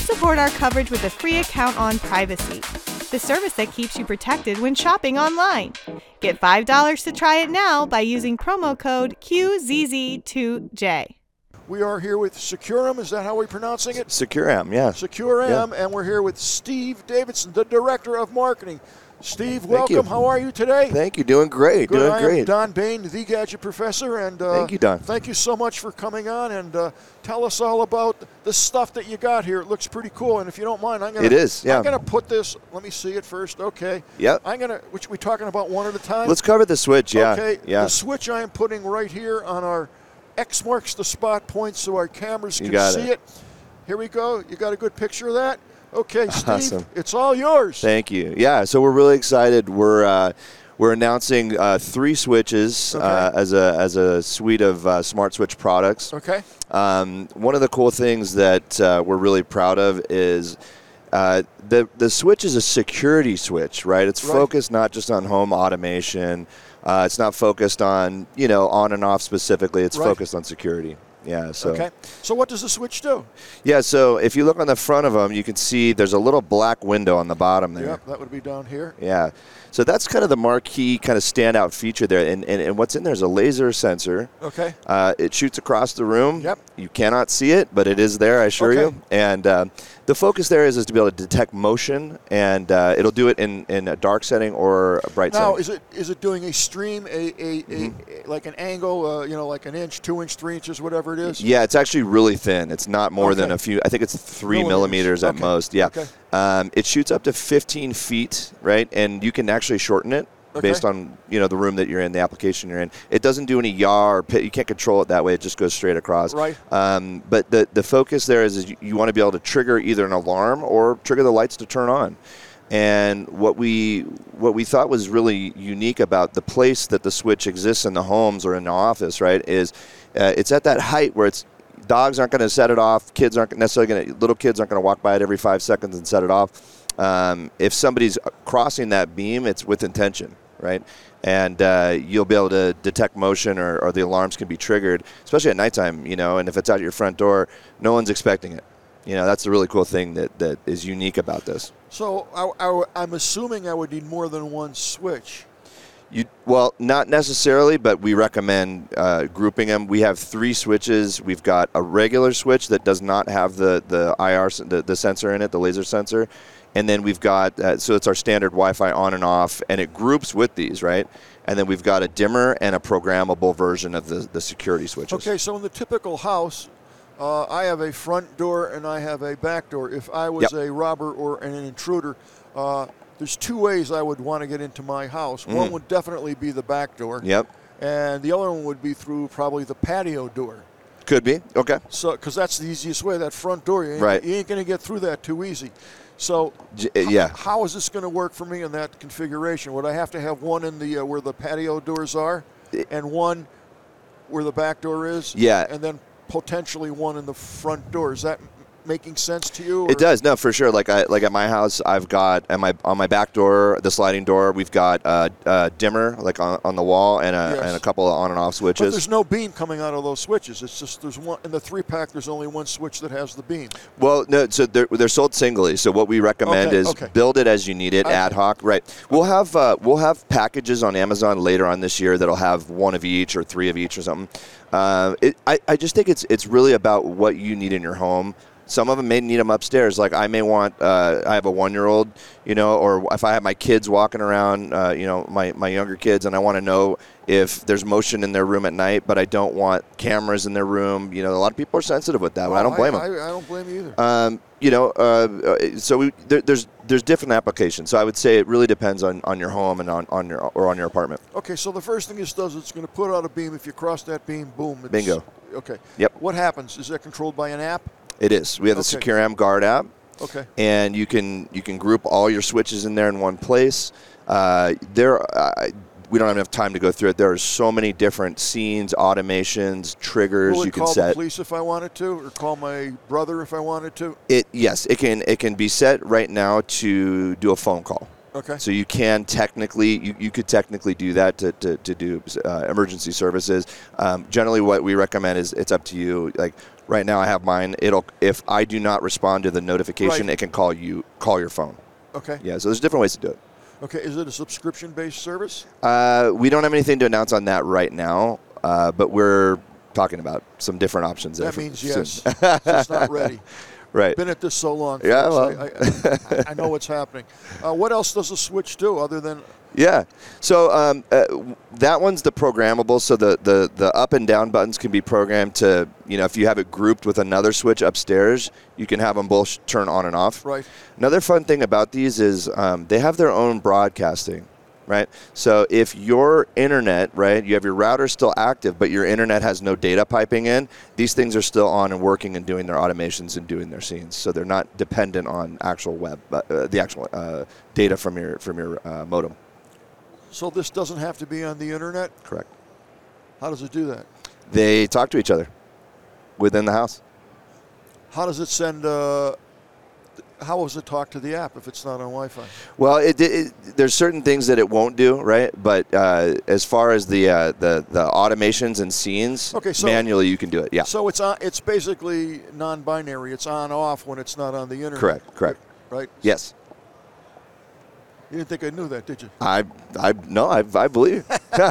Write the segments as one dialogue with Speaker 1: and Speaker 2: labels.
Speaker 1: support our coverage with a free account on Privacy, the service that keeps you protected when shopping online. Get $5 to try it now by using promo code QZZ2J.
Speaker 2: We are here with Securum. Is that how we're pronouncing it?
Speaker 3: Secure Am, yeah.
Speaker 2: Securum, and we're here with Steve Davidson, the director of marketing. Steve, welcome.
Speaker 3: you.
Speaker 2: How are you today?
Speaker 3: Thank you. Doing great.
Speaker 2: Good.
Speaker 3: Doing
Speaker 2: I am
Speaker 3: great.
Speaker 2: Don Bain, the Gadget Professor, and uh,
Speaker 3: Thank you, Don.
Speaker 2: Thank you so much for coming on and uh, tell us all about the stuff that you got here. It looks pretty cool, and if you don't mind, I'm gonna.
Speaker 3: It is, yeah.
Speaker 2: I'm gonna put this. Let me see it first. Okay.
Speaker 3: Yep.
Speaker 2: I'm gonna. Which we talking about one at a time.
Speaker 3: Let's cover the switch, yeah.
Speaker 2: Okay.
Speaker 3: Yeah.
Speaker 2: The switch I am putting right here on our X marks the spot point so our cameras
Speaker 3: You
Speaker 2: can
Speaker 3: got
Speaker 2: see it.
Speaker 3: it.
Speaker 2: Here we go. You got a good picture of that? Okay, Steve.
Speaker 3: Awesome.
Speaker 2: It's all yours.
Speaker 3: Thank you. Yeah, so we're really excited. We're uh, we're announcing uh, three switches uh, as a as a suite of uh, smart switch products.
Speaker 2: okay.
Speaker 3: Um, one of the cool things that uh, we're really proud of is uh, the the switch is a security switch, right? It's
Speaker 2: Right.
Speaker 3: focused not just on home automation. Uh, it's not focused on you know on and off specifically. It's
Speaker 2: Right.
Speaker 3: focused on security. Yeah. So.
Speaker 2: Okay. So what does the switch do?
Speaker 3: Yeah, so if you look on the front of them, you can see there's a little black window on the bottom there.
Speaker 2: Yep, that would be down here.
Speaker 3: Yeah. So that's kind of the marquee kind of standout feature there. And, and, and what's in there is a laser sensor.
Speaker 2: Okay.
Speaker 3: Uh, it shoots across the room.
Speaker 2: Yep.
Speaker 3: You cannot see it, but it is there, I assure
Speaker 2: Okay.
Speaker 3: you. And uh, the focus there is, is to be able to detect motion, and uh, it'll do it in, in a dark setting or a Mm-hmm. bright
Speaker 2: Now,
Speaker 3: setting.
Speaker 2: is it is it doing a stream, a, a, a, like an angle, uh, you know, like an inch, two inch, three inches, whatever it is?
Speaker 3: Yeah, it's actually really thin. It's not more than
Speaker 2: Okay.
Speaker 3: a few. I think it's three
Speaker 2: Millimeters.
Speaker 3: millimeters, at
Speaker 2: Okay.
Speaker 3: most. Yeah.
Speaker 2: Okay.
Speaker 3: Um, it shoots up to 15 feet, right? And you can actually shorten it
Speaker 2: Okay.
Speaker 3: based on you know the room that you're in, the application you're in. It doesn't do any yaw or pit. You can't control it that way. It just goes straight across.
Speaker 2: Right.
Speaker 3: Um, but the the focus there is, is you, you want to be able to trigger either an alarm or trigger the lights to turn on. And what we what we thought was really unique about the place that the switch exists in the homes or in the office, right, is uh, it's at that height where it's dogs aren't going to set it off. Kids aren't necessarily going to, little kids aren't going to walk by it every five seconds and set it off. Um, if somebody's crossing that beam, it's with intention, right? And uh, you'll be able to detect motion or, or the alarms can be triggered, especially at nighttime, you know, and if it's out your front door, no one's expecting it. You know, that's the really cool thing that, that is unique about this.
Speaker 2: So I, I, I'm assuming I would need more than one switch.
Speaker 3: You, well, not necessarily, but we recommend uh, grouping them. We have three switches. We've got a regular switch that does not have the the IR sen- the, the sensor in it, the laser sensor, and then we've got uh, so it's our standard Wi-Fi on and off, and it groups with these, right? And then we've got a dimmer and a programmable version of the, the security switches.
Speaker 2: Okay, so in the typical house, uh, I have a front door and I have a back door. If I was
Speaker 3: Yep.
Speaker 2: a robber or an intruder, uh, there's two ways I would want to get into my house. One would definitely be the back door.
Speaker 3: Mm. Yep.
Speaker 2: And the other one would be through probably the patio door.
Speaker 3: Could be. Okay.
Speaker 2: So, because that's the easiest way, that front door, you ain't,
Speaker 3: Right.
Speaker 2: you ain't going to get through that too easy. So,
Speaker 3: J- uh, yeah.
Speaker 2: how is this going to work for me in that configuration? Would I have to have one in the uh, where the patio doors are, and one where the back door is?
Speaker 3: Yeah.
Speaker 2: and then potentially one in the front door. Is that m- making sense to you? or-
Speaker 3: It does, no, for sure. Like I, like at my house, I've got at my on my back door, the sliding door, we've got a, a dimmer like on, on the wall and a,
Speaker 2: Yes.
Speaker 3: and a couple of on and off
Speaker 2: But
Speaker 3: switches.
Speaker 2: there's no beam coming out of those switches. It's just there's one in the three pack. There's only one switch that has the beam.
Speaker 3: Well, no, so they're, they're sold singly. So what we recommend
Speaker 2: Okay,
Speaker 3: is
Speaker 2: okay. Uh,
Speaker 3: build it as you need it,
Speaker 2: Okay.
Speaker 3: ad hoc. Right. We'll have uh, we'll have packages on Amazon later on this year that'll have one of each or three of each or something. Uh, it, I I just think it's it's really about what you need in your home. Some of them may need them upstairs. Like I may want, uh, I have a one-year-old, you know, or if I have my kids walking around, uh, you know, my, my younger kids, and I want to know if there's motion in their room at night, but I don't want cameras in their room. You know, a lot of people are sensitive with that. and I don't blame them.
Speaker 2: Oh, I, I don't blame you either.
Speaker 3: Um, you know, uh, uh, so we, there, there's there's different applications. So I would say it really depends on, on your home and on, on your or on your apartment.
Speaker 2: Okay, so the first thing this does, it's going to put out a beam. If you cross that beam, boom. It's,
Speaker 3: Bingo.
Speaker 2: Okay.
Speaker 3: Yep.
Speaker 2: What happens? Is that controlled by an app?
Speaker 3: It is. We have the
Speaker 2: Okay.
Speaker 3: Secure Am Guard app,
Speaker 2: Okay.
Speaker 3: and you can you can group all your switches in there in one place. Uh, there, uh, we don't have enough time to go through it. There are so many different scenes, automations, triggers
Speaker 2: Will
Speaker 3: you
Speaker 2: it
Speaker 3: can
Speaker 2: call the
Speaker 3: set.
Speaker 2: police if I wanted to, or call my brother if I wanted to?
Speaker 3: It yes, it can it can be set right now to do a phone call.
Speaker 2: Okay.
Speaker 3: So you can technically you, you could technically do that to, to, to do uh, emergency services. Um, generally, what we recommend is it's up to you. Like Right now, I have mine. It'll if I do not respond to the notification,
Speaker 2: Right.
Speaker 3: it can call you call your phone.
Speaker 2: Okay.
Speaker 3: Yeah. So there's different ways to do it.
Speaker 2: Okay. Is it a subscription-based service?
Speaker 3: Uh, we don't have anything to announce on that right now, uh, but we're talking about some different options. there
Speaker 2: That
Speaker 3: for-
Speaker 2: means
Speaker 3: soon.
Speaker 2: yes. it's just not ready.
Speaker 3: Right.
Speaker 2: Been at this so long.
Speaker 3: Yeah,
Speaker 2: folks, I, I, I know what's happening. Uh, what else does the switch do other than
Speaker 3: Yeah. So um, uh, w- that one's the programmable. So the, the, the up and down buttons can be programmed to, you know, if you have it grouped with another switch upstairs, you can have them both turn on and off.
Speaker 2: Right.
Speaker 3: Another fun thing about these is um, they have their own broadcasting, right? So if your internet, right, you have your router still active, but your internet has no data piping in, these things are still on and working and doing their automations and doing their scenes. So they're not dependent on actual web, uh, uh, the actual uh, data from your from your uh, modem.
Speaker 2: so this doesn't have to be on the internet?
Speaker 3: Correct.
Speaker 2: How does it do that?
Speaker 3: They talk to each other within the house.
Speaker 2: How does it send? Uh, how does it talk to the app if it's not on Wi-Fi?
Speaker 3: Well, it, it, there's certain things that it won't do, right? But uh, as far as the, uh, the the automations and scenes,
Speaker 2: Okay, so-
Speaker 3: manually you can do it. Yeah,
Speaker 2: So it's on, it's basically non-binary. It's on off when it's not on the internet.
Speaker 3: correct, correct.
Speaker 2: Right.
Speaker 3: Yes,
Speaker 2: You didn't think I knew that, did you?
Speaker 3: I I no, I, I believe you.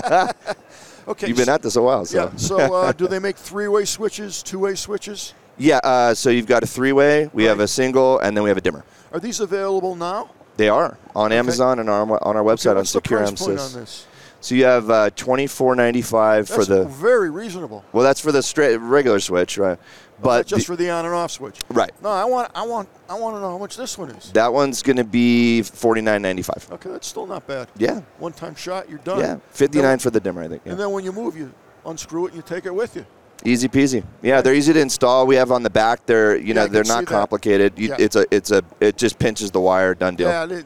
Speaker 2: Okay.
Speaker 3: you've been at this a while. So.
Speaker 2: Yeah. So uh, do they make three-way switches, two-way switches?
Speaker 3: Yeah, uh, so you've got a three-way. We have
Speaker 2: Right.
Speaker 3: a single, and then we have a dimmer.
Speaker 2: Are these available now?
Speaker 3: They are on Amazon and our, on our website on
Speaker 2: what's the
Speaker 3: Secure
Speaker 2: price point on
Speaker 3: MSys.
Speaker 2: this?
Speaker 3: So you have uh, twenty-four ninety-five for
Speaker 2: That's
Speaker 3: the
Speaker 2: very reasonable.
Speaker 3: well, that's for the straight regular switch, right? But
Speaker 2: just
Speaker 3: the-
Speaker 2: for the on and off switch.
Speaker 3: Right.
Speaker 2: No, I want, I want, I want to know how much this one is.
Speaker 3: That one's going to be forty nine ninety five.
Speaker 2: Okay, that's still not bad.
Speaker 3: Yeah,
Speaker 2: One-time shot, you're done.
Speaker 3: yeah, fifty nine for the dimmer, I think. yeah.
Speaker 2: And then when you move, you unscrew it and you take it with you.
Speaker 3: Easy peasy. Yeah, they're easy to install. We have on the back. They're you
Speaker 2: I
Speaker 3: know
Speaker 2: can
Speaker 3: they're
Speaker 2: see
Speaker 3: not
Speaker 2: that.
Speaker 3: complicated. You,
Speaker 2: Yeah.
Speaker 3: It's a it's a it just pinches the wire. Done deal.
Speaker 2: Yeah. it-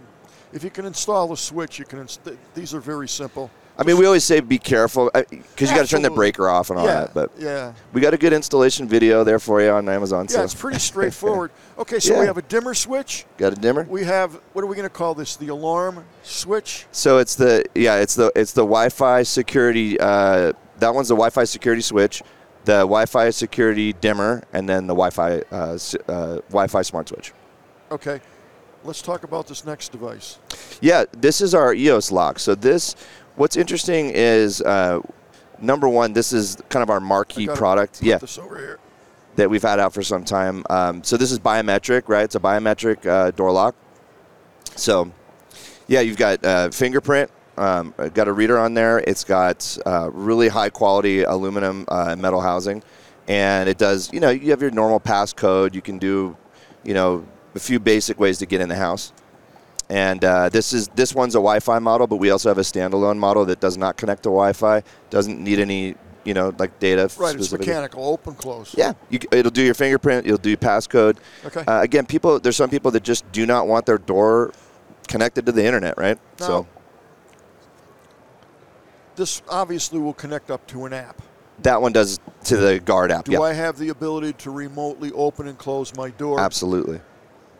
Speaker 2: if you can install the switch, you can. Inst- th- these are very simple.
Speaker 3: I mean, we always say be careful because you got to turn the
Speaker 2: Absolutely.
Speaker 3: breaker off and all
Speaker 2: yeah.
Speaker 3: that. But
Speaker 2: yeah.
Speaker 3: we got a good installation video there for you on Amazon.
Speaker 2: Yeah,
Speaker 3: so
Speaker 2: it's pretty straightforward. Okay, so we
Speaker 3: Yeah.
Speaker 2: have a dimmer switch.
Speaker 3: got a dimmer.
Speaker 2: We have what are we going to call this? The alarm switch.
Speaker 3: So it's the yeah, it's the it's the Wi-Fi security. Uh, that one's the Wi-Fi security switch, the Wi-Fi security dimmer, and then the Wi-Fi uh, s- uh, Wi-Fi smart switch.
Speaker 2: Okay, let's talk about this next device.
Speaker 3: Yeah, this is our EOS lock. So this, what's interesting is. Uh, Number one, this is kind of our marquee
Speaker 2: gotta
Speaker 3: product, yeah,
Speaker 2: This over here.
Speaker 3: that we've had out for some time. Um, so this is biometric, right? It's a biometric uh, door lock. So, yeah, you've got uh, fingerprint. Um, got a reader on there. It's got uh, really high quality aluminum uh, metal housing, and it does. You know, you have your normal passcode. You can do, you know, a few basic ways to get in the house. And uh, this is this one's a Wi-Fi model, but we also have a standalone model that does not connect to Wi-Fi. Doesn't need any, you know, like data.
Speaker 2: Right, it's
Speaker 3: specifically.
Speaker 2: mechanical, open, close.
Speaker 3: Yeah, you, c- it'll do your fingerprint. It'll do your passcode.
Speaker 2: Okay.
Speaker 3: Uh, again, people, there's some people that just do not want their door connected to the internet, right?
Speaker 2: No.
Speaker 3: So
Speaker 2: This obviously will connect up to an app.
Speaker 3: that one does to the guard app.
Speaker 2: Do
Speaker 3: yeah,
Speaker 2: I have the ability to remotely open and close my door?
Speaker 3: absolutely.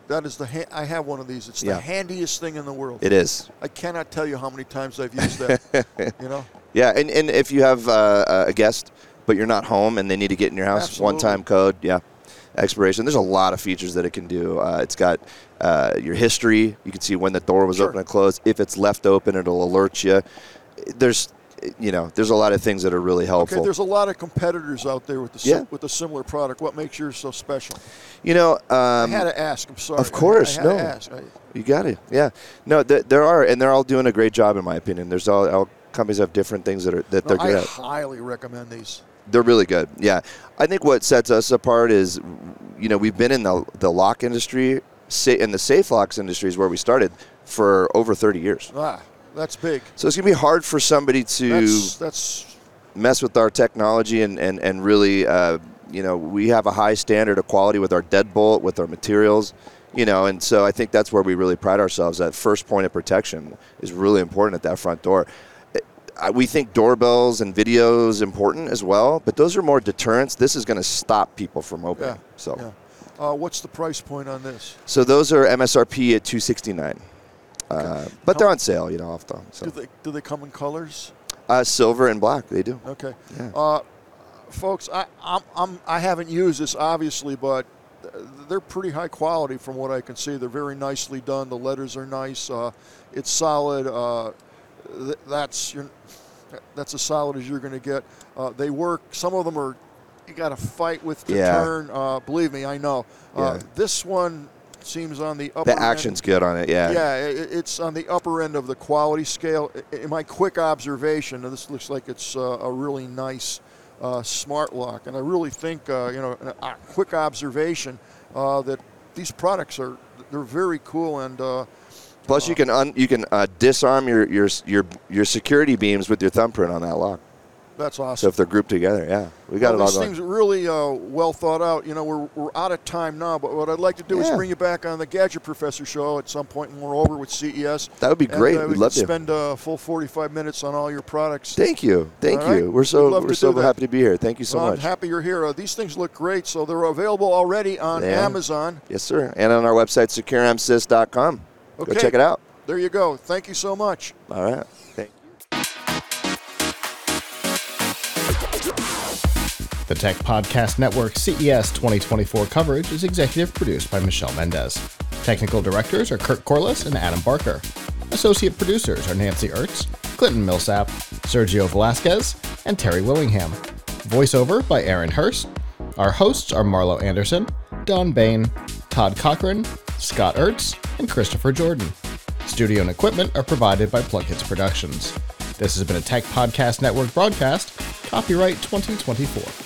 Speaker 2: That is the. Ha- I have one of these. It's
Speaker 3: Yeah.
Speaker 2: the handiest thing in the world.
Speaker 3: It is.
Speaker 2: I cannot tell you how many times I've used that. you know,
Speaker 3: Yeah, and, and if you have uh, a guest, but you're not home and they need to get in your house,
Speaker 2: Absolutely.
Speaker 3: one-time code. Yeah, expiration. There's a lot of features that it can do. Uh, it's got uh, your history. You can see when the door was
Speaker 2: Sure.
Speaker 3: open and closed. If it's left open, it'll alert you. There's, you know, there's a lot of things that are really helpful.
Speaker 2: okay. There's a lot of competitors out there with the
Speaker 3: Yeah.
Speaker 2: with a similar product. What makes yours so special?
Speaker 3: you know, um,
Speaker 2: I had to ask. I'm sorry. I-
Speaker 3: course,
Speaker 2: I, had
Speaker 3: no.
Speaker 2: To ask. I-
Speaker 3: You got it. Yeah. No, th- there are, and they're all doing a great job, in my opinion. There's all, all companies have different things that are that
Speaker 2: no,
Speaker 3: they're good
Speaker 2: I
Speaker 3: at.
Speaker 2: highly recommend these.
Speaker 3: They're really good. Yeah. I think what sets us apart is, you know, we've been in the the lock industry, sa- in the safe locks industry is where we started for over 30 years.
Speaker 2: Ah, that's big.
Speaker 3: So it's gonna be hard for somebody to
Speaker 2: That's that's
Speaker 3: mess with our technology and, and, and really, uh, you know, we have a high standard of quality with our deadbolt, with our materials, you know, and so I think that's where we really pride ourselves. That first point of protection is really important at that front door. It- I- We think doorbells and videos important as well, but those are more deterrents. This is going to stop people from opening.
Speaker 2: yeah.
Speaker 3: so,
Speaker 2: yeah. Uh, what's the price point on this?
Speaker 3: so those are MSRP at 269, uh, but they're on sale, you know, off the
Speaker 2: Do
Speaker 3: so.
Speaker 2: they do they come in colors?
Speaker 3: uh, silver and black. They do.
Speaker 2: Okay.
Speaker 3: Yeah.
Speaker 2: Uh, folks, I, I'm, I'm, I haven't used this obviously, but they're pretty high quality from what I can see. They're very nicely done. The letters are nice. Uh, it's solid. Uh, th- that's your, that's as solid as you're going to get. Uh, they work. Some of them are you got to fight with to
Speaker 3: Yeah.
Speaker 2: turn. Uh, believe me, I know. Uh,
Speaker 3: Yeah.
Speaker 2: This one seems on the upper
Speaker 3: The action's good on it. Yeah.
Speaker 2: End. Yeah, i- i it's on the upper end of the quality scale. I- In my quick observation, and this looks like it's uh, a really nice uh, smart lock, and I really think uh, you know, a a quick observation uh, that these products are they're very cool and. Uh,
Speaker 3: Plus, you can un, you can uh, disarm your, your your your security beams with your thumbprint on that lock.
Speaker 2: that's
Speaker 3: So
Speaker 2: awesome.
Speaker 3: if they're grouped together, yeah, we got
Speaker 2: well,
Speaker 3: it all
Speaker 2: This
Speaker 3: going.
Speaker 2: thing's really uh, well thought out. You know, we're, we're out of time now, but what I'd like to do is
Speaker 3: Yeah.
Speaker 2: bring you back on the Gadget Professor show at some point when we're over with CES.
Speaker 3: That would be
Speaker 2: And,
Speaker 3: great.
Speaker 2: uh, we
Speaker 3: We'd love
Speaker 2: could
Speaker 3: to.
Speaker 2: spend a full 45 minutes on all your products.
Speaker 3: Thank you, thank
Speaker 2: All right.
Speaker 3: you. We're
Speaker 2: We'd
Speaker 3: so
Speaker 2: love
Speaker 3: we're
Speaker 2: to
Speaker 3: so
Speaker 2: do that.
Speaker 3: happy to be here. Thank you so
Speaker 2: Well, I'm
Speaker 3: much.
Speaker 2: happy you're here. Uh, these things look great, so they're available already on
Speaker 3: Yeah.
Speaker 2: Amazon.
Speaker 3: yes, sir. And on our website, securemsys.com.
Speaker 2: Okay.
Speaker 3: Go check it out.
Speaker 2: There you go. Thank you so much.
Speaker 3: All right. Thank you.
Speaker 4: The Tech Podcast Network E CES 2024 coverage is executive produced by Michelle Mendez. Technical directors are Kurt Corliss and Adam Barker. Associate producers are Nancy Ertz, Clinton Millsap, Sergio Velasquez, and Terry Willingham. Voiceover by Aaron Hurst. Our hosts are Marlo Anderson, Don Bain, Todd Cochran, Scott Ertz, and Christopher Jordan. Studio and equipment are provided by Plug Hits Productions. This has been a Tech Podcast Network broadcast, copyright 2024.